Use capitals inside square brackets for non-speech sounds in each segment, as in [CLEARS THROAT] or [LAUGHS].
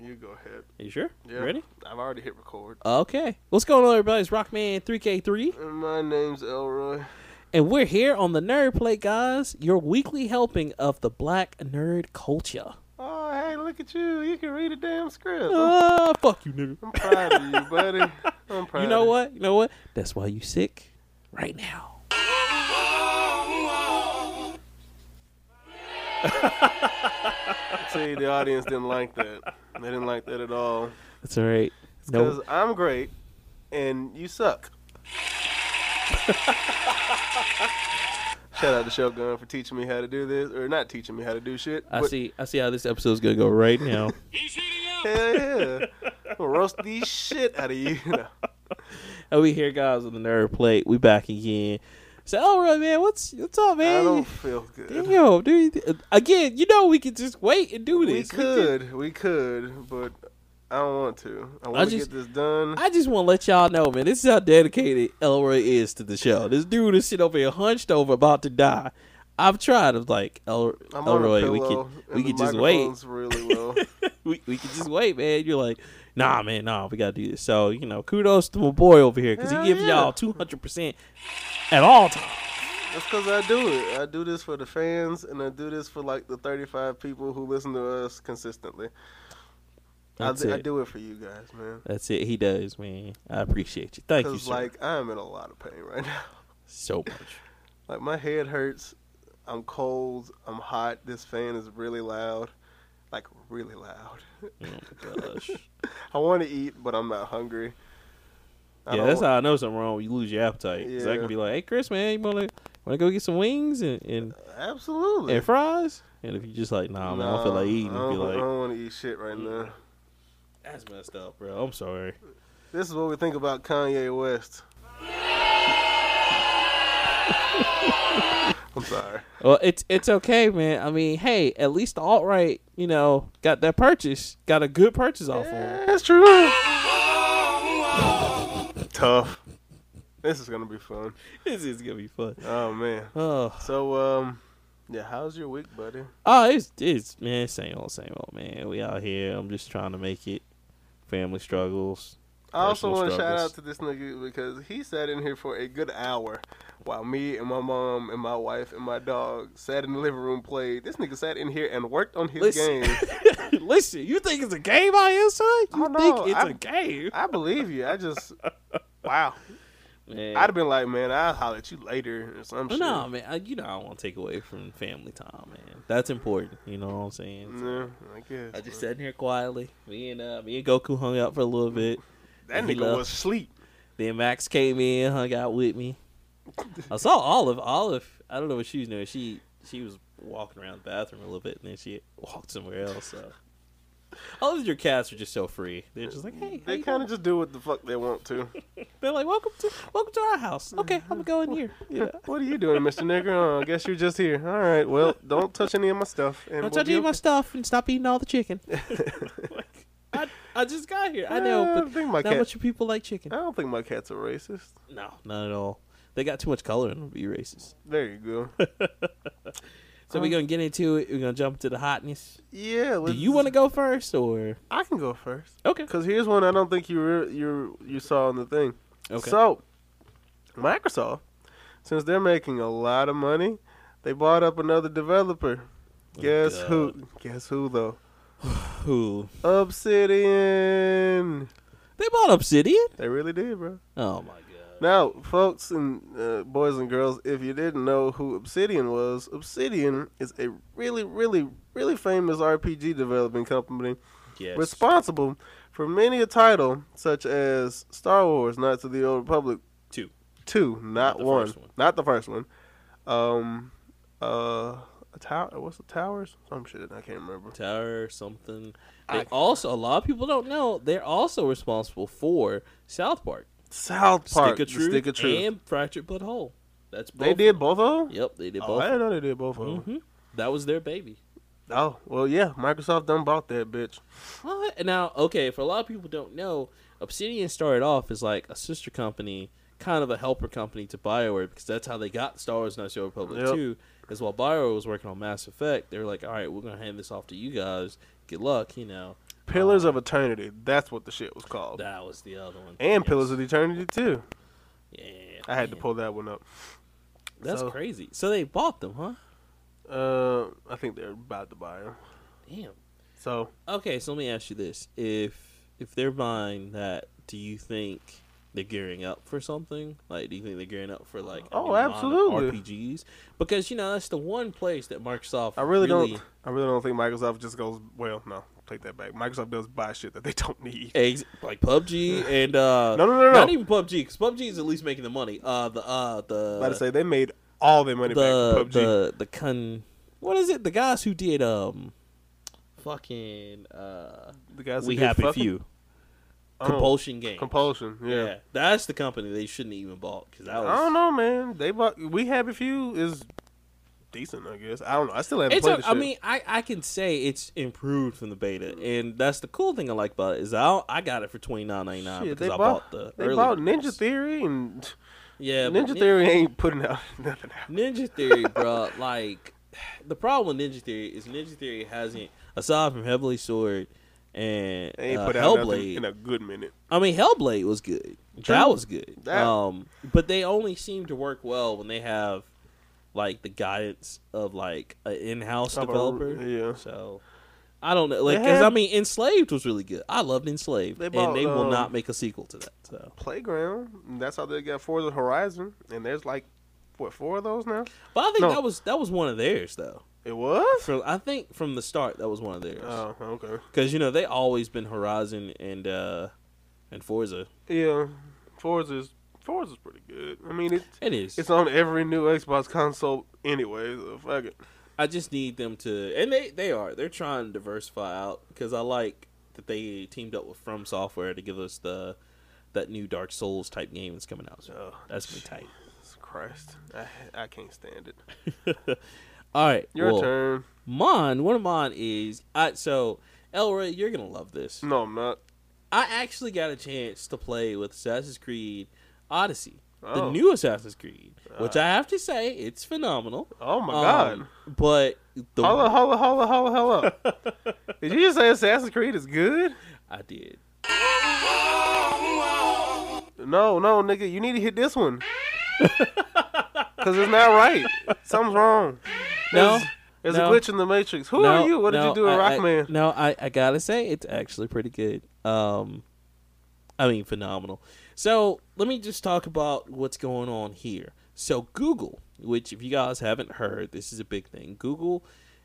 You go ahead. Are you sure? You Yeah. Ready? I've already hit record. Okay. What's going on, everybody? It's Rockman 3K3, And my name's Elroy. and we're here on the Nerd Plate, guys. Your weekly helping of the Black nerd culture. Oh, hey, look at you. You can read a damn script. I'm- Ah, fuck you, nigga. I'm proud of you, buddy. I'm proud [LAUGHS] You of know what? You know what? That's why you sick right now. See, the audience didn't like that. They didn't like that at all. That's all right. Because No, I'm great and you [LAUGHS] suck. Shout out to Shogun for teaching me how to do this, or not teaching me how to do shit. I but- see. I see how this episode's gonna go [LAUGHS] right now. Hell yeah. I'm gonna roast the shit out of [LAUGHS] you. No. and we here, guys, on the Nerd Plate. We back again. So, Elroy, man, what's what's up, man? I don't feel good. Damn, dude. Again, you know we could just wait and do this. We could, we could, but I don't want to. I want to just- get this done. I just want to let y'all know, man. This is how dedicated Elroy is to the show. This dude is sitting over here hunched over, about to die. I've tried. I'm like, El- I'm Elroy, on a Oh, we pillow, could we and the could just wait. microphone's Really well. [LAUGHS] We, we could just wait, man. You're like, nah, man, nah, we gotta do this. So you know, kudos to my boy over here because he Hell gives yeah. y'all 200 percent at all times. That's because I do it. I do this for the fans, and I do this for like the 35 people who listen to us consistently. I, That's d- it. I do it for you guys, man. That's it. He does, man. I appreciate you. Thank you, Because sir. like I'm in a lot of pain right [LAUGHS] now. so much. Like my head hurts. I'm cold. I'm hot. This fan is really loud. Like really loud. Oh my gosh. I want to eat, but I'm not hungry. [LAUGHS] I Yeah, don't that's how I know something wrong. You lose your appetite. 'Cause I Yeah. can be like, hey, Chris, man, you wanna wanna go get some wings and, and Absolutely. and fries. And if you just like, nah, man, I don't feel like eating. I Be don't, like, want to eat shit right now. that's messed up, bro. I'm sorry. This is what we think about Kanye [LAUGHS] West. I'm sorry. Well, it's it's okay, man. I mean, hey, at least the alt right, you know, got that purchase, got a good purchase off of him. Yeah, that's true. Tough. This is gonna be fun. [LAUGHS] This is gonna be fun. Oh man. Oh, So um, yeah. How's your week, buddy? oh, it's it's man, same old, same old, man. We out here. I'm just trying to make it. Family struggles. I also Personal want to shout struggles. out to this nigga because he sat in here for a good hour while me and my mom and my wife and my dog sat in the living room played. This nigga sat in here and worked on his Listen. game. [LAUGHS] Listen, you think it's a game out here, son? You Oh, think no, it's a I'm- game? I believe you. I [LAUGHS] just wow. Man. I'd have been like, man, I'll holler at you later or some But shit. no, man, I, you know I want to take away from family time, man. That's important. You know what I'm saying? Yeah, I guess. I just but sat in here quietly. Me and uh, me and Goku hung out for a little bit. that he nigga left. was asleep. Then Max came in, hung out with me. I saw Olive. Olive, I don't know what she was doing. She she was walking around the bathroom a little bit, and then she walked somewhere else. So all of your cats are just so free. They're just like, hey, They kind of just do what the fuck they want to. [LAUGHS] they're like, welcome to welcome to our Mm-hmm. house. Okay, I'm gonna go in here. You know. [LAUGHS] what are you doing, Mister Nigger? Oh, I guess you're just here. All right. Well, don't touch any of my stuff. And Don't we'll touch any be of my okay. stuff and stop eating all the chicken. Like, I, I just got here. I know, Yeah, I but think my not cat- much of people like [LAUGHS] chicken. I don't think my cats are racist. No, not at all. They got too much color in them to be racist. There you go. So we're gonna get into it. We're gonna jump to the hotness. Yeah. Do you want to go first or I can go first. okay? Cause here's one I don't think you re- you you saw on the thing. Okay. So, Microsoft, since they're making a lot of money, they bought up another developer. Guess who? Guess who though? Who Obsidian. they bought Obsidian? They really did, bro. Oh my god! Now, folks and uh, boys and girls, if you didn't know who Obsidian was, Obsidian is a really, really, really famous RPG developing company Yes. responsible for many a title such as Star Wars: Knights of the Old Republic Two. two, not, the one. first one. not the first one. Um, uh, a tower. What's the towers? Some shit I can't remember. Tower something. They I- also a lot of people don't know they're also responsible for South Park, South Park, Stick of the Truth, Stick of Truth. and Fractured But Whole. That's both. they did both of them. Yep, they did Oh, both. I didn't know they did both of them. hmm That was their baby. Oh well, yeah. Microsoft done bought that bitch. What? Now, okay, for a lot of people who don't know, Obsidian started off as like a sister company, kind of a helper company to BioWare because that's how they got Star Wars: Knights of the Old Republic Yep. Two. Is while BioWare was working on Mass Effect, they were like, "All right, we're gonna hand this off to you guys. Good luck," you know. Pillars of Eternity. That's what the shit was called. That was the other one. Oh. And Yes. Pillars of Eternity too. Yeah, I had to man. pull that one up. That's so- crazy. So they bought them, huh? Uh, I think they're about to buy them. Damn. So Okay, so let me ask you this: if if they're buying that, do you think they're gearing up for something? Like, do you think they're gearing up for like? a Oh, new line of absolutely. RPGs, because you know that's the one place that Microsoft. I really, don't. I really don't think Microsoft just goes. Well, no, take that back. Microsoft does buy shit that they [LAUGHS] don't need. Ex- like PUBG [LAUGHS] and uh, No, no, no, no. not even PUBG because PUBG is at least making the money. Uh, the uh, the About to say they made all their money back the from PUBG. the the con. What is it? The guys who did um, fucking uh, The guys who we did happy fucking- few Oh, compulsion game. Compulsion. Yeah. Yeah. that's the company they shouldn't even bought because that was. I don't know, man. They bought. We happy few is decent, I guess. I don't know. I still haven't It's played. a, the I shit. Hmm. mean, I, I can say it's improved from the beta, and that's the cool thing I like about it is I don't- I got it for twenty nine ninety nine Shit, because they I bought, bought the they early bought Ninja ones. Theory and Yeah, but Ninja Nin- Theory ain't putting out [LAUGHS] nothing out. Ninja Theory, bro. Like [SIGHS] the problem with Ninja Theory is Ninja Theory hasn't, aside from Heavenly Sword and They ain't uh, put out nothing Hellblade. in a good minute. I mean, Hellblade was good. True. That was good. That- Um, but they only seem to work well when they have like the guidance of like an in-house Of a- developer. yeah. So I don't know. Like, 'cause, have- I mean, Enslaved was really good. I loved Enslaved, They bought, and they will um, not make a sequel to that. So, Playground. and that's how they got Forza Horizon, and there's like what four of those now. but I think no. that was that was one of theirs though. It was. From I think from the start that was one of theirs. Oh, okay. Because you know they always been Horizon and uh and Forza. Yeah, Forza's Forza's pretty good. I mean, it's It is. it's on every new Xbox console anyway. So fuck it. I just need them to, and they they are they're trying to diversify out because I like that they teamed up with From Software to give us the that new Dark Souls type game that's coming out. So Oh, that's gonna be tight. Jesus Christ, I I can't stand it. [LAUGHS] All right, Your well, turn. Mine, one of mine is I. So Elroy, you're gonna love this. No, I'm not. I actually got a chance to play with Assassin's Creed Odyssey, Oh. Uh. the new Assassin's Creed, which I have to say it's phenomenal. Oh my Um, god. But the Holla, holla, holla, holla, holla. [LAUGHS] Did you just say Assassin's Creed is good? I did. No, no, nigga, you need to hit this [LAUGHS] one. Cause it's not right. Something's wrong. No, There's, there's no. a glitch in the Matrix. Who No, are you? What did no, you do in I- I- Rockman? No, I, I gotta say it's actually pretty good. Um, I mean phenomenal. So let me just talk about what's going on here. So Google, which if you guys haven't heard, this is a big thing. Google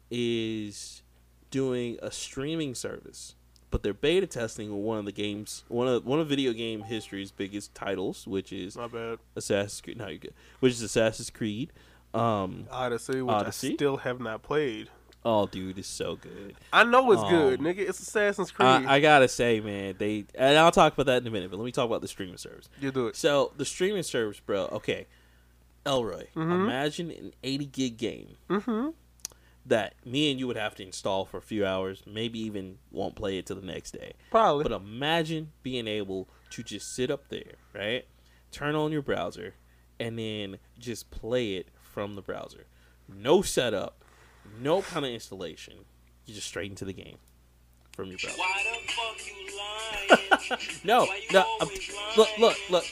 is doing a streaming service, but they're beta testing one of the games, one of one of video game history's biggest titles, which is my bad. Assassin's Creed. No, you're good. Which is Assassin's Creed. Um, Odyssey, which I Odyssey? still have not played. oh, dude, it's so good. I know it's good, Um, nigga. It's Assassin's Creed. I, I gotta say, man, they and I'll talk about that in a minute. But let me talk about the streaming service. you do it. So the streaming service, bro. Okay, Elroy, Mhm. imagine an eighty gig game Mm-hmm. that me and you would have to install for a few hours, maybe even won't play it till the next day. Probably. But imagine being able to just sit up there, right? Turn on your browser and then just play it from the browser. No setup, no kind of installation. You just straight into the game from your browser. Why the fuck you lying? No, Why you no. I'm- always look, lying? look, look.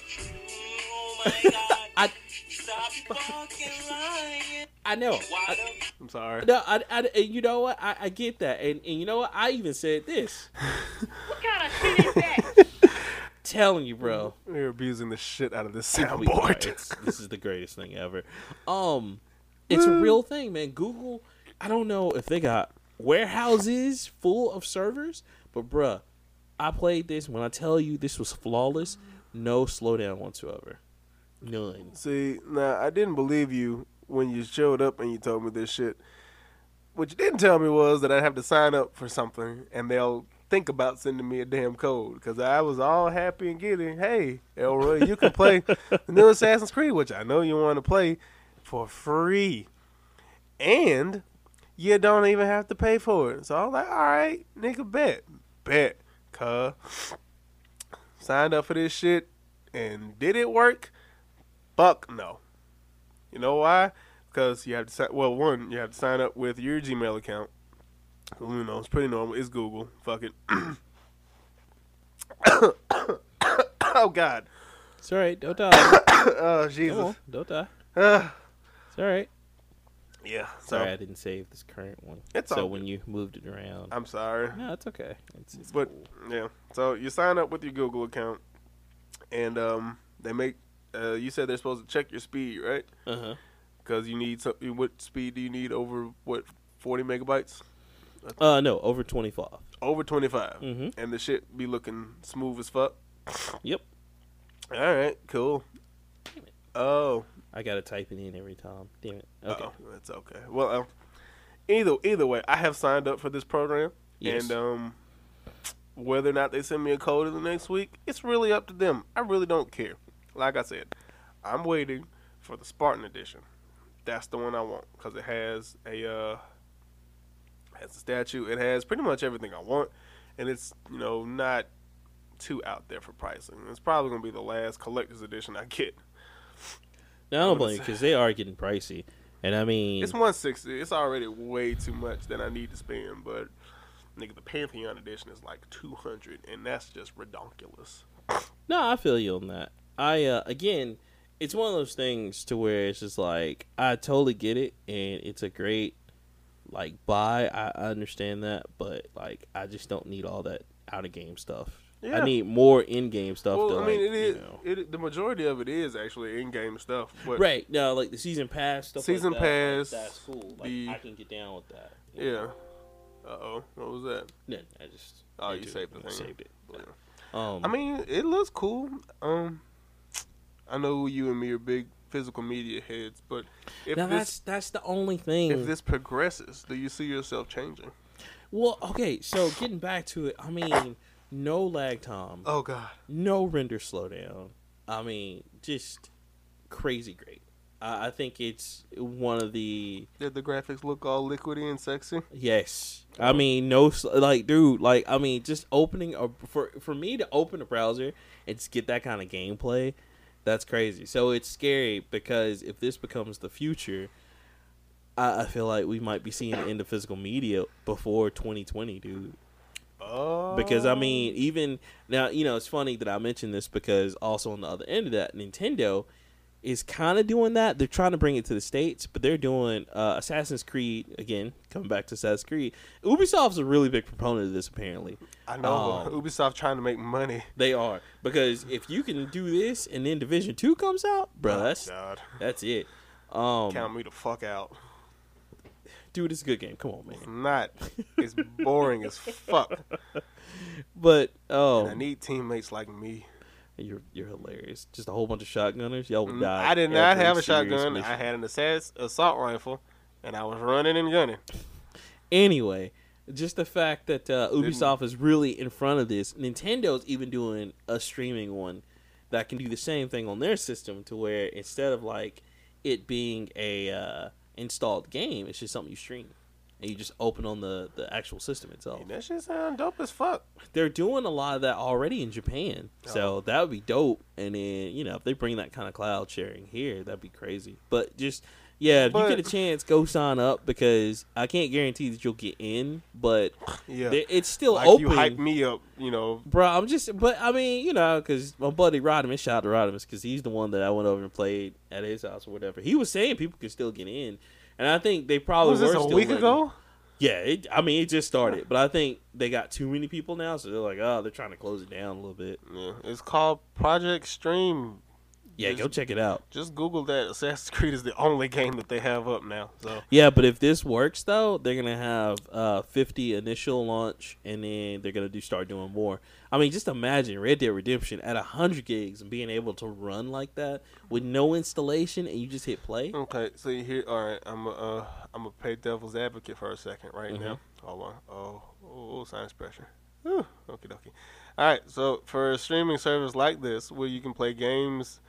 Oh my god. I, Stop fucking lying. I know. Why I, the I'm sorry. no, I, I, and you know what? I, I get that, and and you know what? I even said this. What kind of shit is that? Telling you, bro. We're abusing the shit out of this We are. soundboard. It's- this is the greatest thing ever. Um, it's a real thing, man. Google. I don't know if they got warehouses full of servers, but bruh, I played this. When I tell you this was flawless, no slowdown whatsoever, none. See, now I didn't believe you when you showed up and you told me this shit. What you didn't tell me was that I'd have to sign up for something and they'll think about sending me a damn code because I was all happy and giddy. Hey, Elroy, you can play the new Assassin's Creed, which I know you want to play for free. And you don't even have to pay for it. So I was like, all right, nigga, bet. Bet. Cuh. Signed up for this shit and did it work? Fuck no. You know why? Because you have to sign. Well, one, you have to sign up with your Gmail account, You know, it's pretty normal. It's Google. Fuck it. [COUGHS] oh God. [COUGHS] It's all right. Don't die. Oh Come on. Jesus. Don't die. Uh, It's all right. yeah. So Sorry, I didn't save this current one. It's so all Uh, when you moved it around. I'm sorry. no, it's okay. It's, it's But cool. yeah, so you sign up with your Google account, and um, they make. Uh, you said they're supposed to check your speed, right? Uh-huh. Because you need some. What speed do you need over what? Forty megabytes? Uh no, over twenty five. Over twenty Mhm. and the shit be looking smooth as fuck. Yep. All right, cool. Damn it. Oh, I gotta type it in every time. Damn it. okay, Okay. Oh, that's okay. Well, um, either either way, I have signed up for this program, Yes. and um, whether or not they send me a code in the next week, it's really up to them. I really don't care. Like I said, I'm waiting for the Spartan edition. That's the one I want because it has a uh, has a statue. It has pretty much everything I want, and it's you know not too out there for pricing. It's probably gonna be the last collector's edition I get. Now I What don't blame is you because they are getting pricey, and I mean, It's 160. It's already way too much that I need to spend, but nigga, the Pantheon edition is like 200, and that's just redonkulous. no, I feel you on that. I uh, again, it's one of those things to where it's just like I totally get it, and it's a great like buy. I, I understand that, but like I just don't need all that out of game stuff. Yeah. I need more in game stuff. to, Well, I mean, like, it is. You know. It, the majority of it is actually in-game stuff, but Right no, like the season pass stuff. like Season that, like, pass, that's cool. Like the- I can get down with that. you know? yeah. Uh oh, what was that? No, I just Oh, you I saved the I thing. Saved it. Yeah. Um, I mean, it looks cool. Um, I know you and me are big physical media heads, but if now this that's that's the only thing. if this progresses, do you see yourself changing? Well, okay, so getting back to it, I mean, no lag time, Oh God, no render slowdown. I mean, just crazy great. I, I think it's one of the did the graphics look all liquidy and sexy? yes. I mean, no, sl- like, dude, like, I mean, just opening a for for me to open a browser and just get that kind of gameplay, that's crazy. So it's scary because if this becomes the future. I I feel like we might be seeing the end of physical media before 2020, dude. Oh, because I mean, even now, you know, it's funny that I mentioned this because also on the other end of that, Nintendo is kind of doing that. They're trying to bring it to the states, but they're doing uh, Assassin's Creed again. Coming back to Assassin's Creed, Ubisoft's a really big proponent of this. Apparently, I know Um, but Ubisoft trying to make money. they are because if you can do this and then Division Two comes out, bro, that's Oh, God, that's it. Um, count me the fuck out. dude, it's a good game. Come on, man. Not, it's boring as fuck. But I oh, need teammates like me. you're you're hilarious. Just a whole bunch of shotgunners. Y'all would die. Mm-hmm. I did not every have a serious shotgun. mission. I had an assass- assault rifle, and I was running and gunning. anyway just the fact that uh, ubisoft is really in front of this nintendo's even doing a streaming one that can do the same thing on their system to where instead of like it being a uh, installed game it's just something you stream and you just open on the, the actual system itself And that shit sound dope as fuck. they're doing a lot of that already in japan Oh. so that would be dope and then you know if they bring that kind of cloud sharing here that'd be crazy but just yeah if But- you get a chance go sign up because i can't guarantee that you'll get in but [SIGHS] Yeah, they- it's still like open, you hype me up. You know, bro. I'm just, but I mean, you know, because my buddy Rodimus, shout out to Rodimus, because he's the one that I went over and played at his house or whatever. He was saying people could still get in, and I think they probably was this were a still week letting- ago? Yeah, it, I mean, it just started, but I think they got too many people now, so they're like, oh, they're trying to close it down a little bit. Yeah, it's called Project Stream. Yeah, go check it out. Just Google that. Assassin's Creed is the only [LAUGHS] game that they have up now. So Yeah, but if this works though, they're gonna have uh, 50 initial launch, and then they're gonna do start doing more. I mean, just imagine Red Dead Redemption at 100 gigs and being able to run like that with no installation, and you just hit play. Okay, so you hear? All right, I'm a, uh, I'm a play devil's advocate for a second right now. Hold on. Oh, oh, oh, sinus pressure. Whew, okie dokie. All right, so for a streaming service like this, where you can play games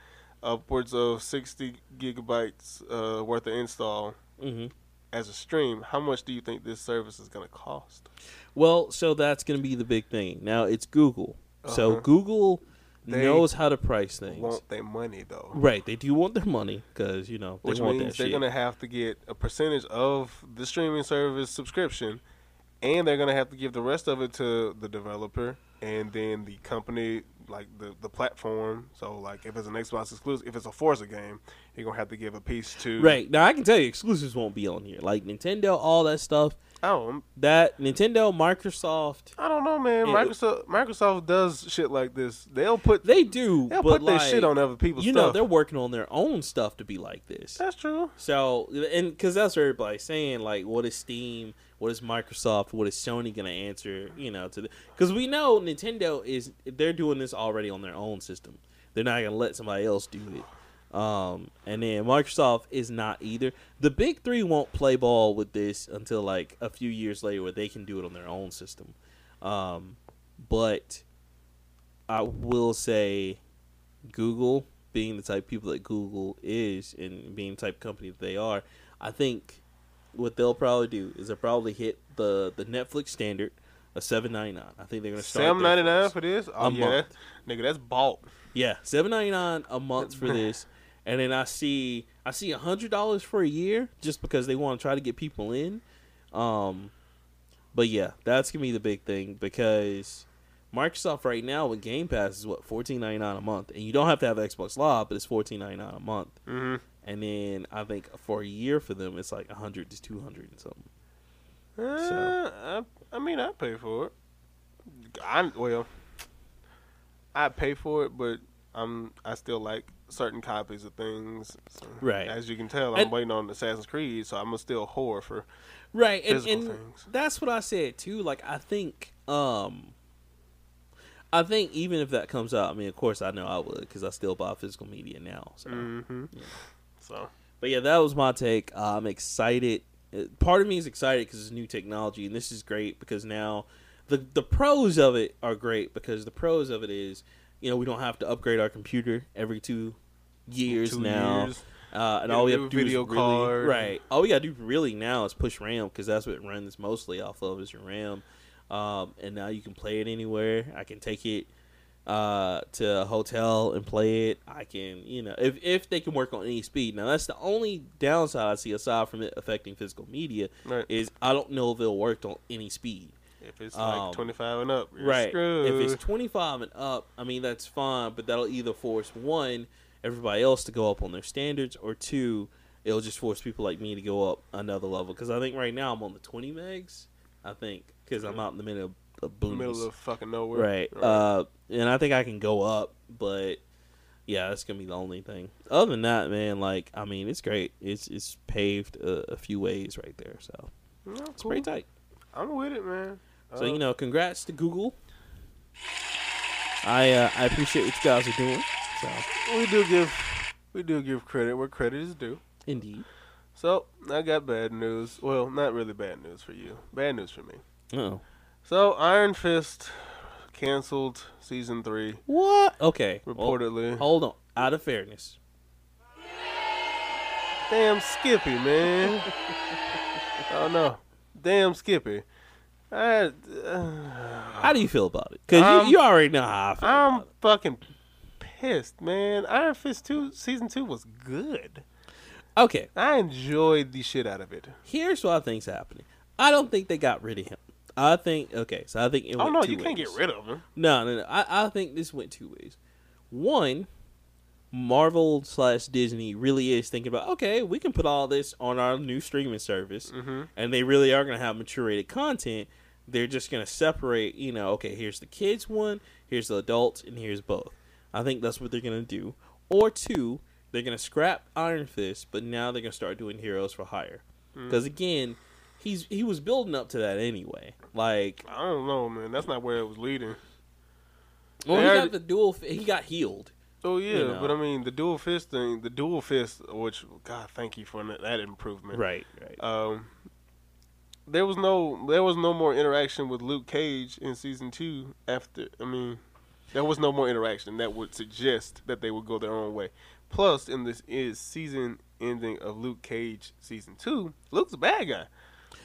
upwards of 60 gigabytes uh, worth of install hmm as a stream, how much do you think this service is going to cost? Well, so that's gonna be the big thing. Now it's Google, so Uh-huh. Google They knows how to price things. Want their money though, Right, they do want their money because you know they which want means that they're shit. going to have to get a percentage of the streaming service subscription and they're gonna have to give the rest of it to the developer and then the company, like the the platform. So like if it's an Xbox exclusive, if it's a Forza game, you're gonna have to give a piece to Right now, I can tell you exclusives won't be on here. Like Nintendo, all that stuff. Oh, I'm- That Nintendo, Microsoft, I don't know, man. Yeah. Microsoft Microsoft does shit like this. They'll put uh, they do. they'll but put like, their shit on other people's You know, stuff. they're working on their own stuff to be like this. That's true. So, and because that's what everybody's saying, like, what is Steam, what is Microsoft, what is Sony going to answer, you know, to the. Because we know Nintendo is, they're doing this already on their own system. They're not going to let somebody else do it. Um, and then Microsoft is not either. The big three won't play ball with this until, like, a few years later where they can do it on their own system. Um, but I will say Google, being the type of people that Google is and being the type of company that they are, I think what they'll probably do is they'll probably hit the, the Netflix standard of seven ninety nine. I think they're gonna start Sam there ninety nine first. for this. Oh A yeah, month. that- nigga, that's bought. Yeah, seven ninety nine a month for this, and then I see I see hundred dollars for a year just because they want to try to get people in. Um, but yeah, that's gonna be the big thing because Microsoft right now with Game Pass is what fourteen ninety nine a month, and you don't have to have Xbox Live, but it's fourteen ninety nine a month. Mm-hmm. And then I think for a year for them, it's like hundred to two hundred and something. Uh, I, I mean, I pay for it. I well, I pay for it, but I'm I still like certain copies of things. So, Right. As you can tell, I'm And- waiting on Assassin's Creed, so I'm a still whore for. right and, physical and things. that's what i said too like i think um i think even if that comes out i mean of course i know i would because i still buy physical media now so Mm-hmm. hmm So but yeah that was my take uh, i'm excited Uh, part of me is excited because it's new technology and this is great because now the the pros of it are great because the pros of it is you know we don't have to upgrade our computer every two years two now years. uh, and Get all a we have new to do video is really, card. right. All we gotta do really now is push RAM because that's what it runs mostly off of is your RAM. Um, and now you can play it anywhere. I can take it uh, to a hotel and play it. I can, you know, if if they can work on any speed. Now that's the only downside I see aside from it affecting physical media Right. is I don't know if it'll work on any speed. if it's Um, like 25 and up, you're Right. Screwed. If it's 25 and up, I mean, that's fine, but that'll either force one, everybody else to go up on their standards, or two, it'll just force people like me to go up another level. Because I think right now I'm on the 20 megs, I think, because I'm out in the middle of the boonies. middle of fucking nowhere, right. Uh, and I think I can go up, but yeah, that's going to be the only thing. Other than that, man, like, I mean, it's great. It's, it's paved a, a few ways right there, so No, it's cool. pretty tight. I'm with it, man. So Uh, you know, congrats to Google. I uh, I appreciate what you guys are doing. So we do give we do give credit where credit is due. indeed, So I got bad news. Well, not really bad news for you. Bad news for me. oh So Iron Fist canceled season three what? Okay, reportedly. Well, hold on. Out of fairness, Damn Skippy, [LAUGHS] man. oh no, damn Skippy. I, uh, how do you feel about it? Because Um, you, you already know how I feel. I'm about fucking pissed, man. Iron Fist two season two was good. it. Okay, I enjoyed the shit out of it. here's what I think's happening. I don't think they got rid of him. I think okay, so I think it Oh went no, two you can't ways. get rid of him. No, no, no. I, I think this went two ways. One, Marvel slash Disney really is thinking about okay, we can put all this on our new streaming service, Mm-hmm. and they really are going to have maturated content. They're just going to separate, you know, okay, here's the kids one, here's the adults, and here's both. I think that's what they're going to do. Or two, they're going to scrap Iron Fist, but now they're going to start doing Heroes for Hire. Mm. Because again, he's he was building up to that anyway. Like I don't know, man. That's not where it was leading. well, They he already- got the dual. f- He got healed. Oh yeah, you know. but I mean the dual fist thing, the dual fist, which God, thank you for that- that improvement. Right. Right. Um, there was no, there was no more interaction with Luke Cage in season two. After, I mean, there was no more interaction that would suggest that they would go their own way. Plus, in this is season ending of Luke Cage season two, Luke's a bad guy,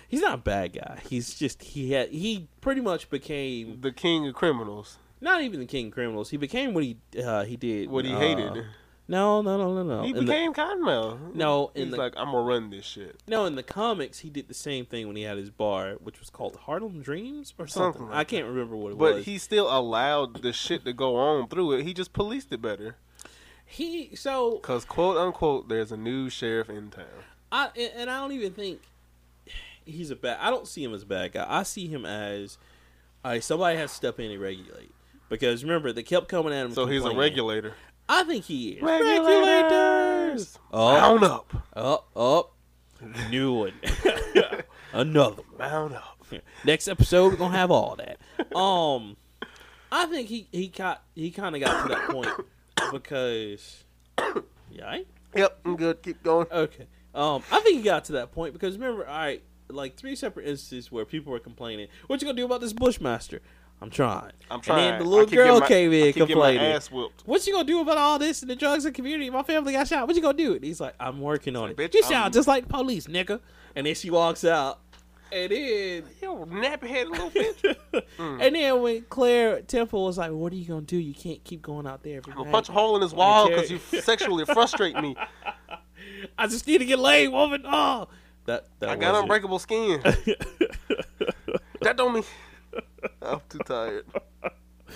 He's not a bad guy. He's just he had he pretty much became the king of criminals, not even the king of criminals. He became what he uh, he did. what he uh, hated. No, no, no, no, no. He In the- became Cottonmouth. No, in he's the- like, I'm gonna run this shit. No, in the comics, he did the same thing when he had his bar, which was called Harlem Dreams or something. Something like I can't remember what it But was. he still allowed the shit to go on through it. He just policed it better. he so Cause quote unquote, there's a new sheriff in town. I and- and I don't even think he's a bad. I don't see him as a bad guy. I see him as all right, somebody has to step in and regulate. Because remember, they kept coming at him. So he's a complaining. regulator. I think he is. Regulators, Oh, mount up, up, up. New one. [LAUGHS] Another one. mount up. Next episode, we're gonna have all that. Um, I think he he got he kind of got to that point because yeah, I- Yep, I'm good. Keep going. okay. Um, I think he got to that point because remember, all right, like three separate instances where people were complaining, "What you gonna do about this bushmaster?" I'm trying. I'm trying. And then the I little keep getting girl my- came in I keep getting my complaining. ass whooped. What you gonna do about all this and the drugs in the community? My family got shot. What you gonna do? And he's like, I'm working on it. Bitch, you sound I'm- just like the police, nigga. And then she walks out, and then [LAUGHS] Yo, nappy head [LAUGHS] little bitch. Mm. And then when Claire Temple was like, "What are you gonna do? You can't keep going out there every I'm gonna night. punch a hole in his wall Jerry. because you sexually frustrate [LAUGHS] me. I just need to get laid, woman." Oh, that that I got was unbreakable [LAUGHS] skin. [LAUGHS] that don't mean I'm too tired.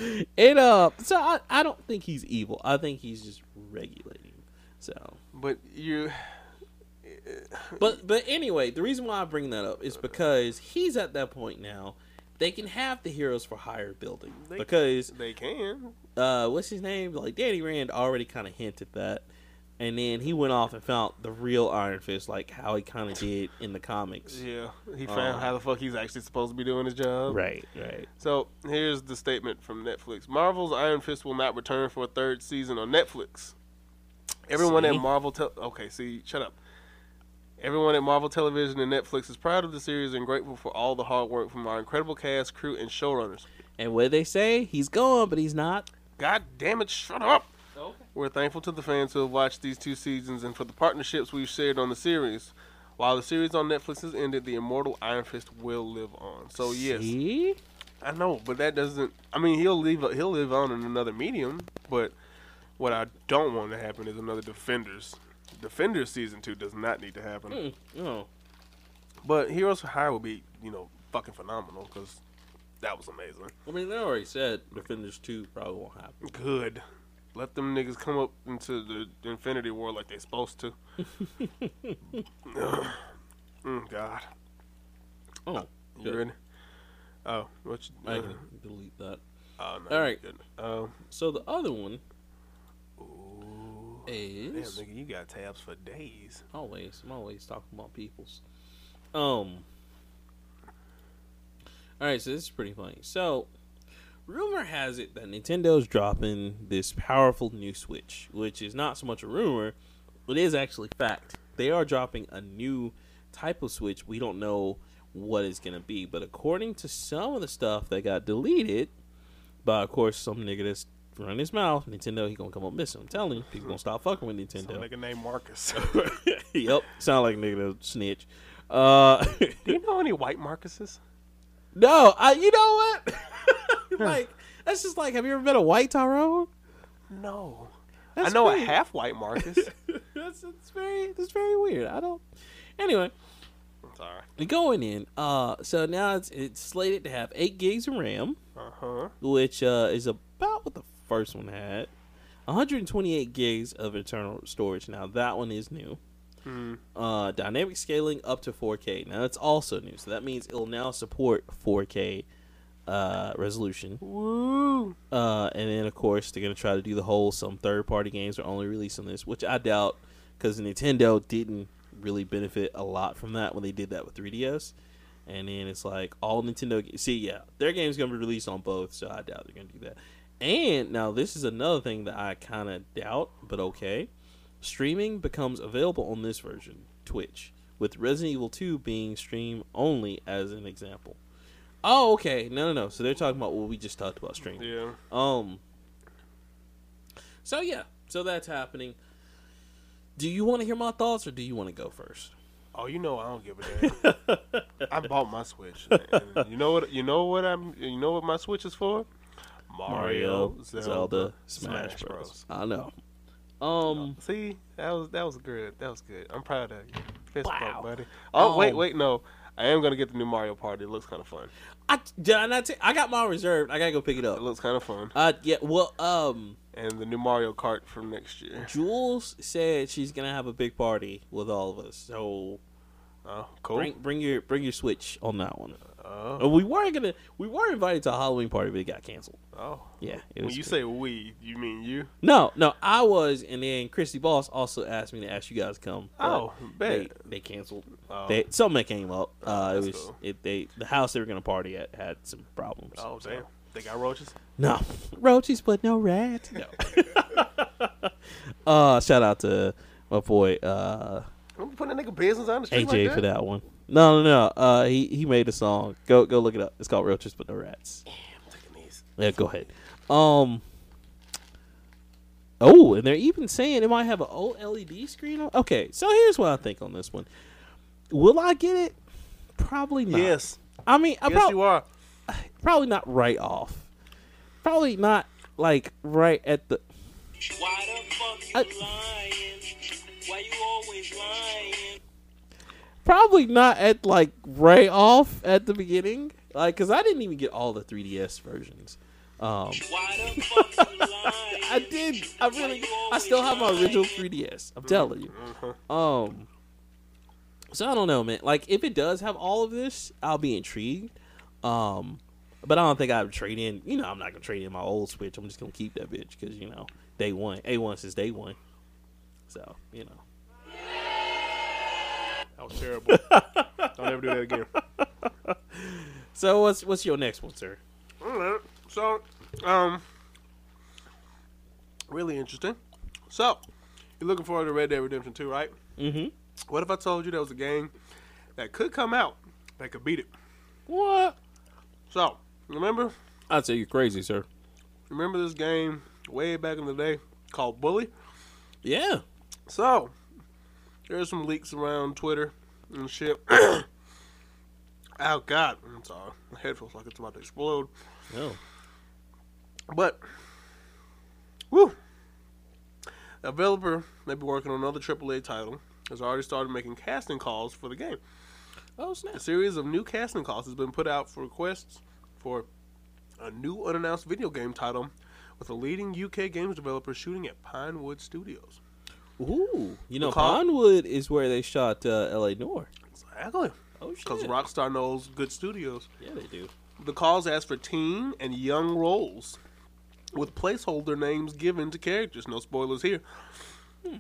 it. It uh, so I, I don't think he's evil. I think he's just regulating. So, But you, but but anyway, the reason why I bring that up is because he's at that point now. They can have the heroes for hire building They- because they can. uh, what's his name? Like Danny Rand already kind of hinted that, and then he went off and found the real Iron Fist, like how he kind of did in the comics. Yeah, he found Uh. how the fuck he's actually supposed to be doing his job. Right, right. So here's the statement from Netflix: Marvel's Iron Fist will not return for a third season on Netflix. Everyone See? at Marvel, te- okay, see, shut up. Everyone at Marvel Television and Netflix is proud of the series and grateful for all the hard work from our incredible cast, crew, and showrunners. And what they say, he's gone, but he's not. God damn it, shut up! Okay. We're thankful to the fans who have watched these two seasons and for the partnerships we've shared on the series. While the series on Netflix has ended, the immortal Iron Fist will live on. So Oh, yes, See? I know, but that doesn't. I mean, he'll leave. He'll live on in another medium. But what I don't want to happen is another Defenders. Defenders season two does not need to happen. Mm, no. But Heroes for Hire will be, you know, fucking phenomenal because that was amazing. I mean, they already said Defenders 2 probably won't happen. Good. Let them niggas come up into the Infinity War like they supposed [LAUGHS] to. [SIGHS] Ugh. mm, God, Oh, you good. ready? Oh, what you? I can delete that. oh, no, All right. you're good. Um, So the other one ooh. Oh, Damn, is nigga, you got tabs for days. always, I'm always talking about peoples. Um. All right, so this is pretty funny. So, rumor has it that Nintendo's dropping this powerful new Switch, which is not so much a rumor, it is actually fact. They are dropping a new type of Switch. We don't know what it's gonna be, but according to some of the stuff that got deleted, by of course some nigga that's running his mouth, Nintendo, he gonna come up missing. I'm telling you, people gonna stop fucking with Nintendo. Some nigga named Marcus. [LAUGHS] [LAUGHS] yep, sound like a nigga to snitch. Uh, [LAUGHS] Do you know any white Marcuses? no, I. You know what? [LAUGHS] like that's just like, have you ever met a white Tyrone? No. That's I know weird. a half white [LAUGHS] Marcus. that's, that's very that's very weird. I don't. Anyway, Sorry. going in. Uh, so now it's it's slated to have eight gigs of RAM, Uh huh. which uh is about what the first one had. 128 gigs of internal storage. Now that one is new. uh, dynamic scaling up to 4K. Now that's also new, so that means it'll now support 4K uh, resolution. Woo. Uh, and then of course they're gonna try to do the whole some third party games are only releasing this, which I doubt because Nintendo didn't really benefit a lot from that when they did that with 3DS. And then it's like all Nintendo ga- see yeah their game's gonna be released on both, so I doubt they're gonna do that. And now this is another thing that I kind of doubt, but okay. Streaming becomes available on this version, Twitch, with Resident Evil 2 being stream only as an example. Oh, okay. No, no, no. So they're talking about what we just talked about streaming. Yeah. Um. So yeah, so that's happening. Do you want to hear my thoughts, or do you want to go first? Oh, you know I don't give a [LAUGHS] damn. I bought my Switch. and you know what? You know what I'm. You know what my Switch is for? Mario, Zelda, Smash, Bros. I know. Um, See, that was that was good. That was good. I'm proud of you. Fist Wow. bump, buddy. Oh wait, Um, wait, no. I am gonna get the new Mario Party. It looks kind of fun. I did I not? ta- I got mine reserved. I gotta go pick it It up. looks kind of fun. Uh, yeah. Well, um, And the new Mario Kart from next year. Jules said she's gonna have a big party with all of us. So Oh, cool. bring bring your bring your Switch on that one. Uh, oh, we were gonna we were invited to a Halloween party, but it got canceled. oh. Yeah. It When was you good. say we, you mean you? no, no, I was, and then Christy Boss also asked me to ask you guys to come. but Oh, They, bet. they canceled. Oh, They, something that came up. Uh, it That's was cool. it, they the house they were gonna party at had some problems. oh so- damn. They got roaches. No. Roaches, but no rat. No. [LAUGHS] uh, shout out to my boy uh, I'm putting a nigga business on the street AJ like for that one. No, no, no. Uh, he he made a song. Go go look it up. It's called Roaches, but no rats. I'm taking these. Yeah, go ahead. Um. Oh, and they're even saying it might have an old LED E screen. On. Okay, so here's what I think on this one. Will I get it? Probably not. Yes, I mean, I yes, prob- you are. probably not right off. Probably not like right at the. Why the fuck you I- lying? Why you always lying? probably not at like right off at the beginning like because i didn't even get all the 3ds versions um Why the fuck you lying? i did i really i still have my original 3ds i'm telling you um so i don't know man like if it does have all of this i'll be intrigued um but i don't think i would trade in you know i'm not gonna trade in my old switch i'm just gonna keep that bitch because you know day one a1 since day one so you know That was terrible. Don't ever do that [LAUGHS] again. so what's what's your next one sir All right. So, um, really interesting. So, you're looking forward to Red Dead Redemption 2, right? mm-hmm What if I told you there was a game that could come out that could beat it? what So, remember, I'd say you're crazy, sir. remember this game way back in the day called Bully? Yeah. So, there's some leaks around Twitter and shit. [CLEARS THROAT] oh, God. I'm sorry. My head feels like it's about to explode. No. But, woo! A developer may be working on another AAA title has already started making casting calls for the game. Oh A snap. series of new casting calls has been put out for requests for a new unannounced video game title with a leading UK games developer shooting at Pinewood Studios. Ooh. You know, Because- Pinewood is where they shot uh, L.A. Noir. Exactly. Oh shit. Because Rockstar knows good studios. Yeah, they do. The calls ask for teen and young roles with placeholder names given to characters. No spoilers here. Hmm.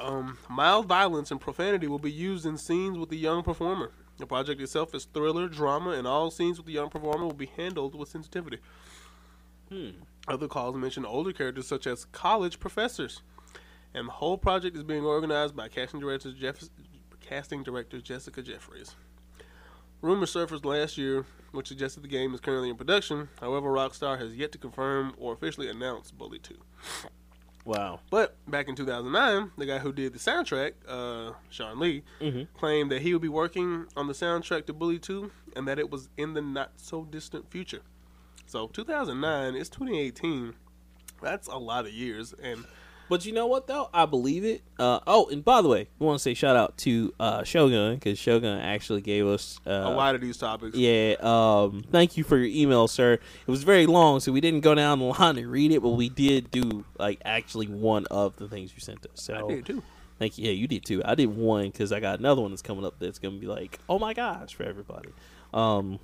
Um, mild violence and profanity will be used in scenes with the young performer. The project itself is thriller, drama, and all scenes with the young performer will be handled with sensitivity. Other calls mention older characters such as college professors. And the whole project is being organized by casting director, Jeff- casting director Jessica Jeffries. Rumors surfaced last year, which suggested the game is currently in production. However, Rockstar has yet to confirm or officially announce Bully 2. Wow. But back in 2009, the guy who did the soundtrack, uh, Sean Lee, Mhm. claimed that he would be working on the soundtrack to Bully 2 and that it was in the not so distant future. So 2009 is 2018. That's a lot of years, and But you know what though? I believe it. Uh, oh, and by the way, we want to say shout out to uh, Shogun because Shogun actually gave us uh, a lot of these topics. Yeah. Um. Thank you for your email, sir. It was very long, so we didn't go down the [LAUGHS] line and read it, but we did do like actually one of the things you sent us. So I did too. Thank you. Yeah, you did too. I did one because I got another one that's coming up that's gonna be like, oh my gosh, for everybody. Um,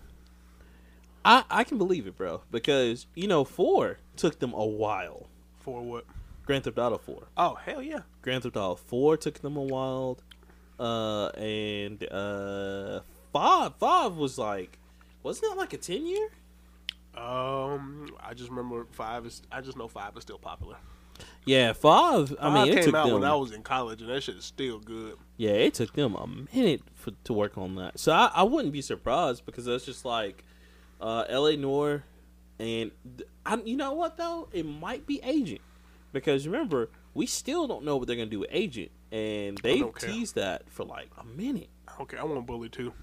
I I can believe it, bro, because you know four took them a while. For what? Grand Theft Auto four, Oh hell yeah! Grand Theft Auto four took them a while, uh, and uh, five five was like, wasn't that like a ten year? Um, I just remember five is. I just know five is still popular. Yeah, five. I mean, Five it came took out them. when I was in college, and that shit is still good. Yeah, it took them a minute for, to work on that. So I, I wouldn't be surprised because that's just like uh, L.A. Noir, and th- I, you know what though, it might be Agent because remember we still don't know what they're gonna do with Agent, and they don't care. teased that for like a minute. Okay, I want Bully too.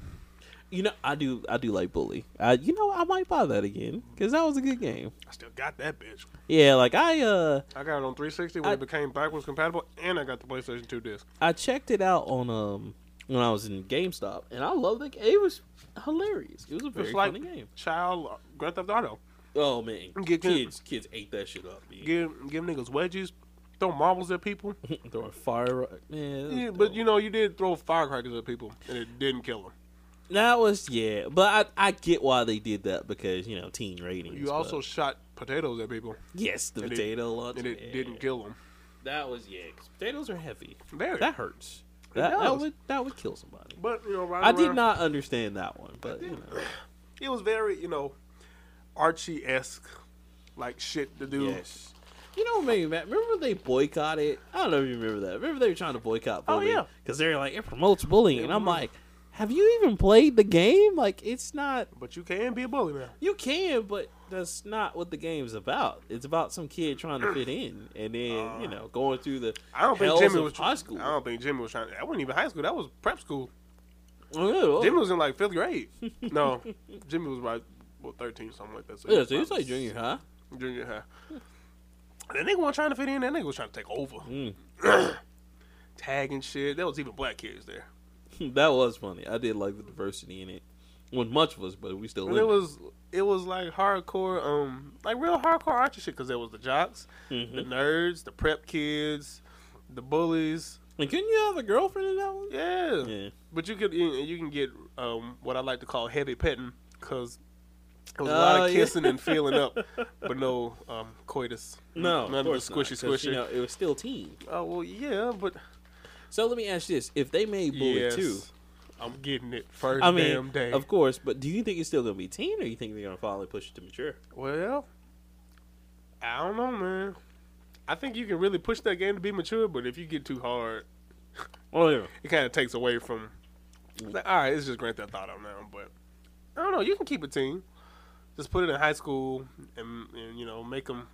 You know, I do. I do like Bully. I, you know, I might buy that again because that was a good game. I still got that bitch. Yeah, like I uh I got it on 360 when I- it became backwards compatible, and I got the PlayStation 2 disc. I checked it out on um when I was in GameStop, and I loved it. It was hilarious. It was a very It's like funny game. child Grand Theft Auto. Oh man, Get them- kids, kids ate that shit up. Man. Give give niggas wedges, throw marbles at people. [LAUGHS] Throwing fire, uh, man. that was Yeah, but dope. you know you did throw firecrackers at people, and it didn't kill them. that was yeah. But I I get why they did that because you know teen ratings. You but- also shot potatoes at people, yes the and it- potato lunch and it yeah. didn't kill them. That was yeah. 'cause potatoes are heavy. Very. That hurts. It That, that does. would that would kill somebody. But you know, right I did around- not understand that one, but you know, It was very you know Archie esque, like shit to do. yes. You know what made me mad? Remember when they boycotted? I don't know if you remember that. Remember they were trying to boycott Oh, bullying yeah. because they're like it promotes bullying, It and I'm promotes- like, have you even played the game? Like it's not. But you can be a bully now. You can, but that's not what the game's about. It's about some kid trying to fit in, and then you know going through the Uh, I don't think hells Jimmy of was high school. I don't think Jimmy was trying. That wasn't even high school. That was prep school. Oh, Jimmy was in like fifth [LAUGHS] grade. no, Jimmy was like well, thirteen, something like that. So yeah, so he was probably like junior high. [LAUGHS] Junior high. That nigga wasn't trying to fit in. That nigga was trying to take over. Mm. [CLEARS THROAT] Tagging shit. There was even black kids there. that was funny. I did like the diversity in it. Well, much of us, but we still. And it was it was like hardcore, um, like real hardcore Archie shit. Because there was the jocks, the Mm-hmm. nerds, the prep kids, the bullies. And couldn't you have a girlfriend in that one? Yeah. Yeah. But you could you, you can get um what I like to call heavy petting because. It was a Oh, lot of yeah. kissing and feeling [LAUGHS] up, but no um, coitus. No, none of the squishy squishy. You know, it was still teen. oh well, yeah, but So let me ask you this: If they made Bully yes, two, I'm getting it first I mean, damn day. of course, but do you think it's still gonna be teen, or you think they're gonna finally push it to mature? Well, I don't know, man. I think you can really push that game to be mature, but if you get too hard, Oh yeah, it kind of takes away from. It's like, all right, it's just Grand Theft Auto now, but I don't know. You can keep a team, just put it in high school, and, and you know make them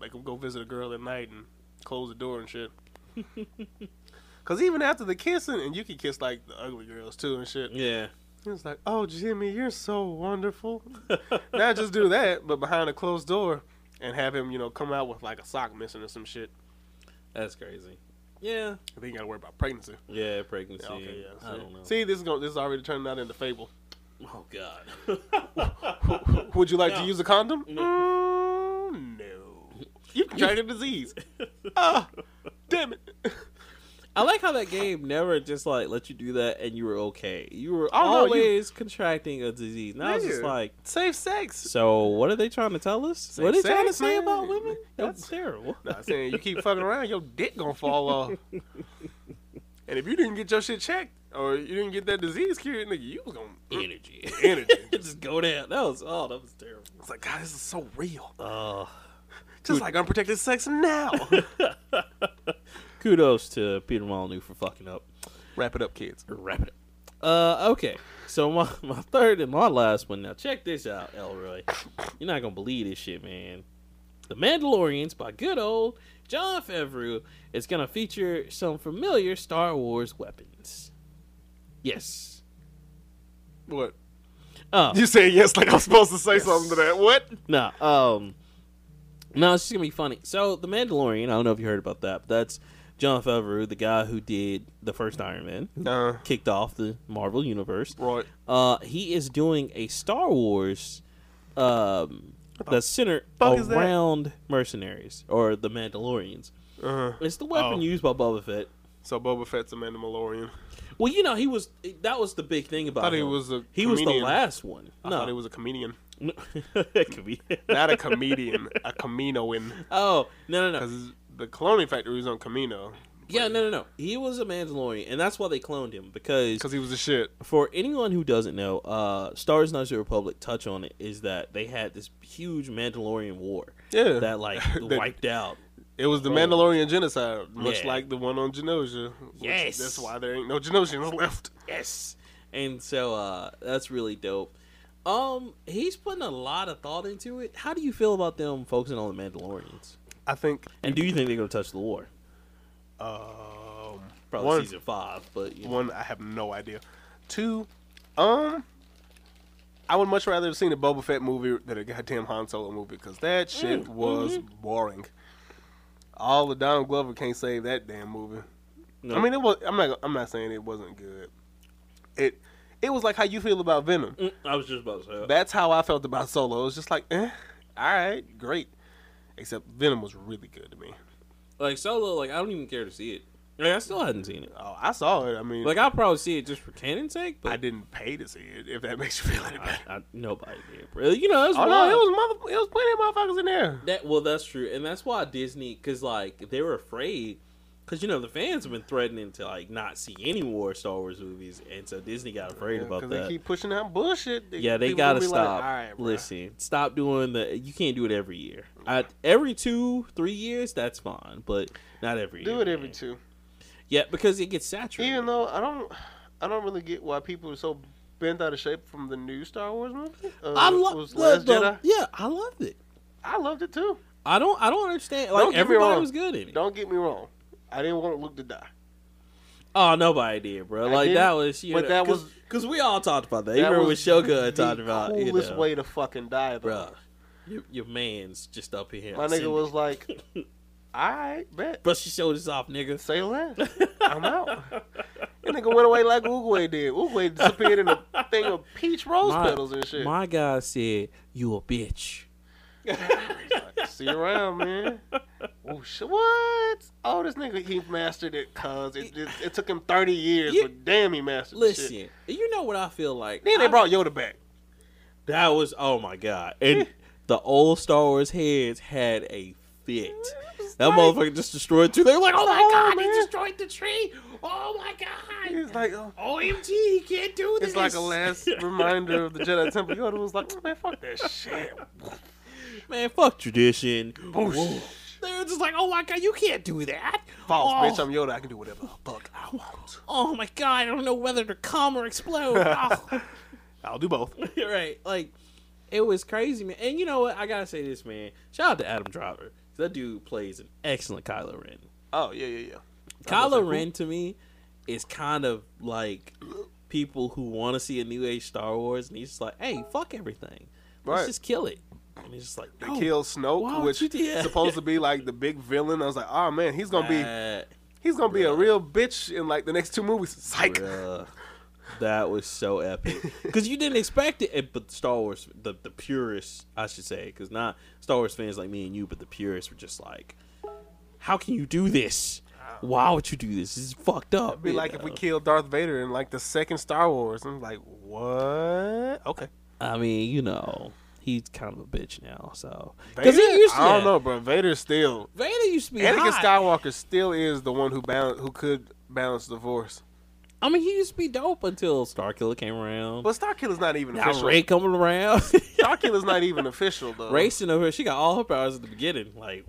make 'em go visit a girl at night and close the door and shit. Cause even after the kissing, and you can kiss like the ugly girls too and shit. yeah. It's like, oh Jimmy, you're so wonderful. Not just do that, but behind a closed door and have him, you know, come out with like a sock missing or some shit. That's crazy. Yeah, Then you gotta worry about pregnancy. yeah, pregnancy. Yeah, okay, yeah. See, I don't know. see, this is going this is already turning out into fable. oh god. [LAUGHS] Would you like No. to use a condom? Mm, no. You contracted [LAUGHS] disease. ah, damn it. I like how that game never just like let you do that and you were okay. You were Oh, no, you- always contracting a disease. Now it's just Yeah. like, Safe sex. so what are they trying to tell us? Say what are they trying to sex, say man. about women? That's That's- terrible. Nah, I'm saying you keep fucking around, your dick gonna fall off. And if you didn't get your shit checked or you didn't get that disease cured, nigga, you was gonna [LAUGHS] Energy. energy. just go down. That was oh, that was terrible. It's like, God, this is so real. Oh. Just like unprotected sex [LAUGHS] now. Kudos to Peter Molyneux for fucking up. Wrap it up, kids. Wrap it up. Uh, okay. So my, [LAUGHS] my third and my last one. Now check this out, Elroy. You're not gonna believe this shit, man. The Mandalorians by good old John Favreau is gonna feature some familiar Star Wars weapons. Yes. What? Oh You say yes like I'm supposed to say Yes. something to that. What? no. Um. No, it's just gonna be funny. So the Mandalorian. I don't know if you heard about that, but that's John Favreau, the guy who did the first Iron Man, who Nah. kicked off the Marvel universe. Right. uh, he is doing a Star Wars um, that's centered fuck is that? around mercenaries or the Mandalorians. Uh-huh. It's the weapon Oh. used by Boba Fett. So Boba Fett's a Mandalorian. Well, you know he was that was the big thing about Thought he him. was a he was the comedian. last one. I no, thought he [LAUGHS] was a comedian. That could be- Not a comedian, a Caminoan. [LAUGHS] oh no no no Because the cloning factory was on Camino. yeah no no no he was a Mandalorian and that's why they cloned him because Because he was a shit. for anyone who doesn't know, uh, Stars Knights of the Republic touch on it is that they had this huge Mandalorian war Yeah. [LAUGHS] that like That- wiped out It was the Mandalorian genocide, much Oh. Yeah. like the one on Genosha. which- Yes. That's why there ain't no Genosians [LAUGHS] left. Yes. And so uh that's really dope. Um he's putting a lot of thought into it. How do you feel about them focusing on the Mandalorians? I think. And do you think they're going to touch the war? Um, Probably one- season 5, but you know. One, I have no idea. Two, um, I would much rather have seen a Boba Fett movie than a goddamn Han Solo movie because that Mm. shit was Mm-hmm. boring. All the Donald Glover can't save that damn movie. No. I mean, it was. I'm not. I'm not saying it wasn't good. It. It was like how you feel about Venom. Mm, I was just about to say that. That's how I felt about Solo. It was just like, eh, all right, great. Except Venom was really good to me. Like Solo, like I don't even care to see it. Like I still hadn't seen it. Oh, I saw it. I mean, Like I'll probably see it just for canon's sake, but I didn't pay to see it. If that [LAUGHS] makes you feel any better. I, I, nobody did. Really, you know, that's Oh no, wild. it was mother. It was plenty of motherfuckers in there. That well, that's true, and that's why Disney, because like they were afraid, because you know the fans have been threatening to like not see any more Star Wars movies, and so Disney got afraid about they that. keep pushing out bullshit. yeah, they people gotta be stop. like, "All right, bruh." Listen, stop doing the. You can't do it every year. I, every two, three years, that's fine, but not every. do year, it every man. two. Yeah, because it gets saturated. Even though I don't, I don't really get why people are so bent out of shape from the new Star Wars movie. Uh, I love was Last the- Jedi. Yeah, I loved it. I loved it too. I don't. I don't understand. Like get me everybody wrong. was good in it. Don't get me wrong. I didn't want Luke to die. Oh, nobody did, bro. I Like didn't, that was. You but that was- because we all talked about that. You That remember when was Shogun the talked about you coolest know, way to fucking die, though. bro. Your, your man's just up here. My nigga was like, "I bet, Brush your shoulders off, nigga. say [LAUGHS] less. I'm out." That nigga went away like Oogway did. Oogway disappeared in a thing of peach rose My- petals and shit. [LAUGHS] My guy said, "You a bitch." See you around, man. Oh shit! What? Oh, this nigga he mastered it, cause it, it, it took him thirty years, You- but damn, he mastered the shit. Listen, you know what I feel like. Then they I- brought Yoda back. that was oh my god, and the old Star Wars heads had a fit. That like- motherfucker just destroyed two. They were like, "Oh my Oh, god, he man. destroyed the tree! Oh my god!" It's like oh, OMG, he can't do this. it's like a last [LAUGHS] reminder of the Jedi Temple. Yoda was like, man, fuck that shit. Man, fuck tradition. Boosh. Whoa. They're just like, oh my god, you can't do that. False, bitch. oh, I'm Yoda. I can do whatever the fuck I want. oh my god, I don't know whether to come [LAUGHS] or explode. oh. [LAUGHS] I'll do both. You're right. Like, it was crazy, man. And you know what? I gotta say this, man. Shout out to Adam Driver. That dude plays an excellent Kylo Ren. Oh yeah, yeah, yeah. Kylo Ren to me is kind of like people who want to see a new age Star Wars, and he's just like, hey, fuck everything. Let's Right. just kill it. And he's just like, They no. killed Snoke, Oh. why would which you do that? is supposed to be like the big villain. I was like, oh man, he's gonna be That- he's gonna be a bruh. real bitch in like the next two movies. Psych. Bruh. [LAUGHS] That was so epic because you didn't expect it, and- but Star Wars, the the purists, I should say, because not Star Wars fans like me and you, but the purists were just like, "How can you do this? Why would you do this? This is fucked up." Be you like if we know? killed Darth Vader in like the second Star Wars. I'm like, what? Okay. I mean, you know, he's kind of a bitch now, so Vader, because he used to, I don't know, bro. Vader still. Vader used to be Anakin hot. Skywalker still is the one who balance, who could balance the Force. I mean, he used to be dope until Starkiller came around. But Starkiller's not even now official. Ray coming around, [LAUGHS] Starkiller's not even official though. racing over. She got all her powers at the beginning, like.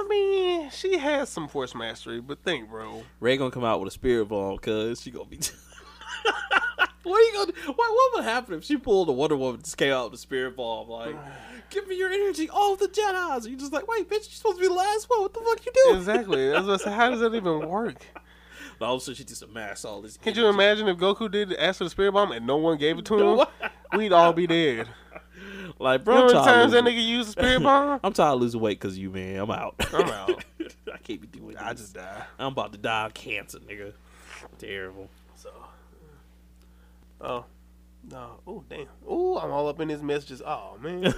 I mean, she has some Force mastery, but think, bro. Ray gonna come out with a spirit bomb, cause she gonna be. [LAUGHS] what are you gonna? What, what would happen if she pulled a Wonder Woman just came out with a spirit [SIGHS] bomb? Like, give me your energy, all the Jedi's. You just like, wait, bitch, you're supposed to be the last one. What the fuck you doing? Exactly. That's what I said. How does that even work? But all of a sudden, she just amassed all [LAUGHS] this. Could you imagine if Goku did ask for the spirit bomb and no one gave it to him? We'd all be dead. Like, You know bro, how I'm many tired, times of that losing, nigga used the spirit bomb? I'm tired of losing weight because you, man. I'm out. I'm out. [LAUGHS] I can't be doing. This. [LAUGHS] I just die. I'm about to die of cancer, nigga. Terrible. So. Oh. No. Oh, damn. Oh, I'm all up in his messages. Oh, [LAUGHS] man.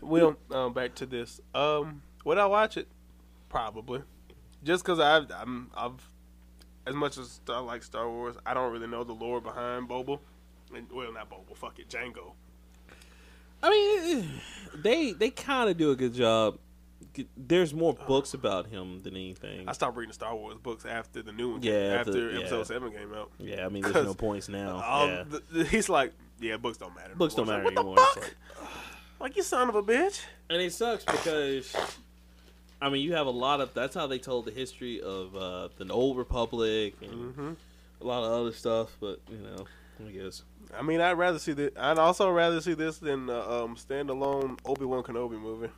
well, um, back to this. Um, would I watch it? Probably. Just because I've, I'm, I've, as much as I like Star Wars, I don't really know the lore behind Boba. And, well, not Boba. Fuck it. Django. I mean, they they kind of do a good job. There's more books about him than anything. I stopped reading Star Wars books after the new one. Yeah, Came, after- after, yeah. episode seven came out. Yeah, I mean, there's no 'Cause, points now. Um, yeah. th- th- he's like, yeah, books don't matter. no Books don't more." matter It's like, anymore. What the It's fuck? Like you son of a bitch. and it sucks because, I mean, you have a lot of. That's how they told the history of uh, the old republic and Mhm. a lot of other stuff. But you know, I guess I mean, I'd rather see this. I'd also rather see this than uh, um standalone Obi Wan Kenobi movie.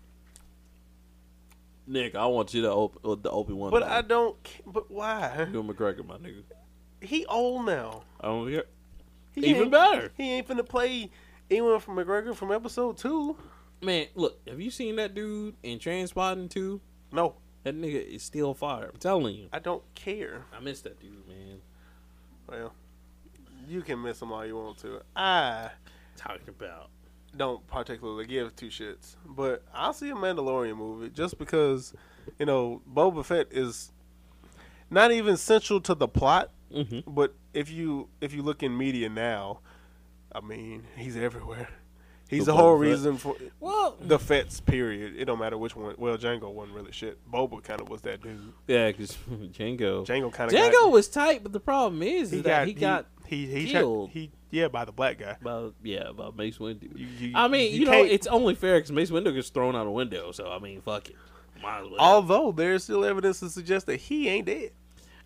Nick, I want you to open uh, the open one. But I don't. ca- But why? Ewan McGregor, my nigga. He old now. I don't care. He Even ain't- better. He ain't finna play Ewan from McGregor from episode two. Man, look, have you seen that dude in Transpotting 2? No, That nigga is still fire. I'm telling you. I don't care. I miss that dude, man. Well, you can miss them all you want to. I Talking about. don't particularly give two shits, but I'll see a Mandalorian movie just because, you know, Boba Fett is not even central to the plot. Mm-hmm. But if you if you look in media now, I mean, he's everywhere. He's The the, whole Boba Fett. reason for Well, the Fett's period. It don't matter which one. Well, Django wasn't really shit. Boba kind of was that dude. yeah, because [LAUGHS] Django. Django kind of Django was tight, but the problem is, He is that got he got. he he, he, killed. he yeah by the black guy. About, yeah, about Mace Windu. You- you- I mean, you, you know, can't- it's only fair because Mace Windu gets thrown out a window. So I mean, fuck it. Might as well. Although there's still evidence to suggest that he ain't dead.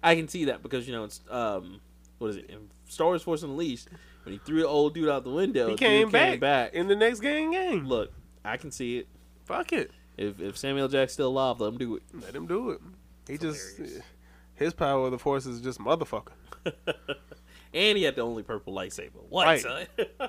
I can see that because you know it's um, what is it? In Star Wars Force Unleashed, when he threw the old dude out the window, He the dude came back, in the next game game. Look, I can see it. Fuck it, If if Samuel Jack's still alive, let him do it. let him do it. He just Hilarious. his power of the force is just motherfucker. And he had the only purple lightsaber. What? Right. Son? [LAUGHS]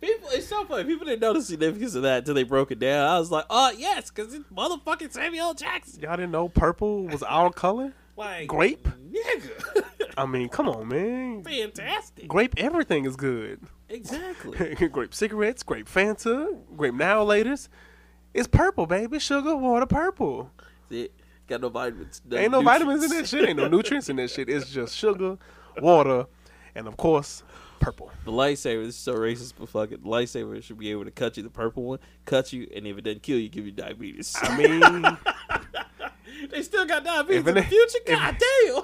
People, it's so funny. People didn't know the significance of that until they broke it down. I was like, oh yes, because it's motherfucking Samuel Jackson. Y'all didn't know purple [LAUGHS] was our color. Like Grape? nigga, [LAUGHS] I mean, come on, man. fantastic. Grape everything is good. [LAUGHS] Exactly. grape cigarettes, grape Fanta, grape now laters. It's purple, baby. Sugar, water, purple. See, got no vitamins. Ain't no vitamins in that shit. Ain't no nutrients in that shit. It's just sugar, water, and of course, purple. [LAUGHS] The lightsaber, this is so racist, but fuck it. The lightsaber should be able to cut you, the purple one, cut you, and if it doesn't kill you, give you diabetes. I mean, [LAUGHS] they still got diabetes If in it [LAUGHS] the ain't- future? if- God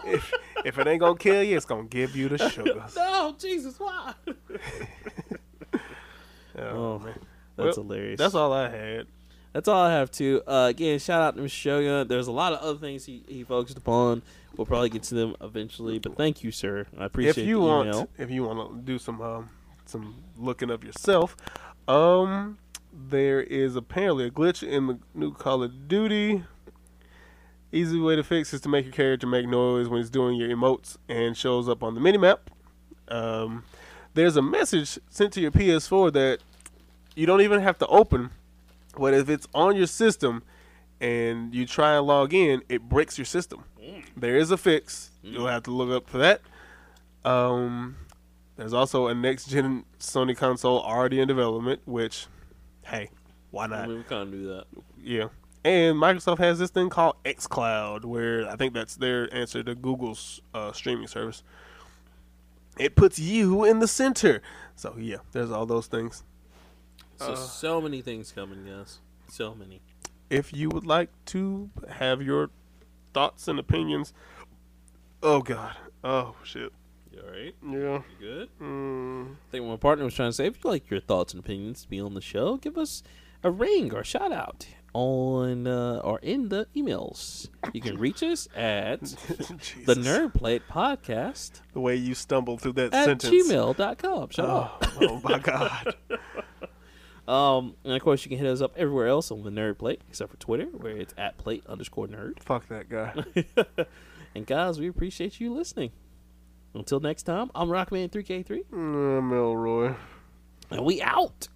damn! if, if it ain't gonna kill you, it's gonna give you the [LAUGHS] sugars. no, Jesus, why? Oh, Oh, man. That's Well, hilarious. That's all I had. That's all I have to. Uh, again, shout out to Michelle. There's a lot of other things he, he focused upon. We'll probably get to them eventually, but thank you, sir. I appreciate if you the want, email. if you want to do some um, some looking up yourself, um, there is apparently a glitch in the new Call of Duty. Easy way to fix is to make your character make noise when he's doing your emotes and shows up on the minimap. Um, there's a message sent to your PS4 that you don't even have to open, but if it's on your system and you try and log in, it breaks your system. There is a fix. You'll have to look up for that. Um, there's also a next gen Sony console already in development, which, hey, why I not? mean, we kind of do that. Yeah. And Microsoft has this thing called xCloud, where I think that's their answer to Google's uh, streaming service. It puts you in the center. So, yeah, there's all those things. So, Uh. so many things coming, guys. So many. if you would like to have your thoughts and opinions. Oh God. Oh shit. You all right? Yeah. You good? [LAUGHS] Mm. I think my partner was trying to say, if you like your thoughts and opinions to be on the show, give us a ring or shout out on uh, or in the emails. You can reach us [LAUGHS] at the Jesus. Nerd Plate Podcast The way you stumbled through that at sentence. gmail.com. Shut Oh, up. oh my [LAUGHS] God. Um, and of course, you can hit us up everywhere else on the Nerd Plate, except for Twitter, where it's at plate underscore nerd. Fuck that [LAUGHS] guy. and guys, we appreciate you listening. Until next time, I'm Rockman3K3, Mm, Uh, Melroy. and we out.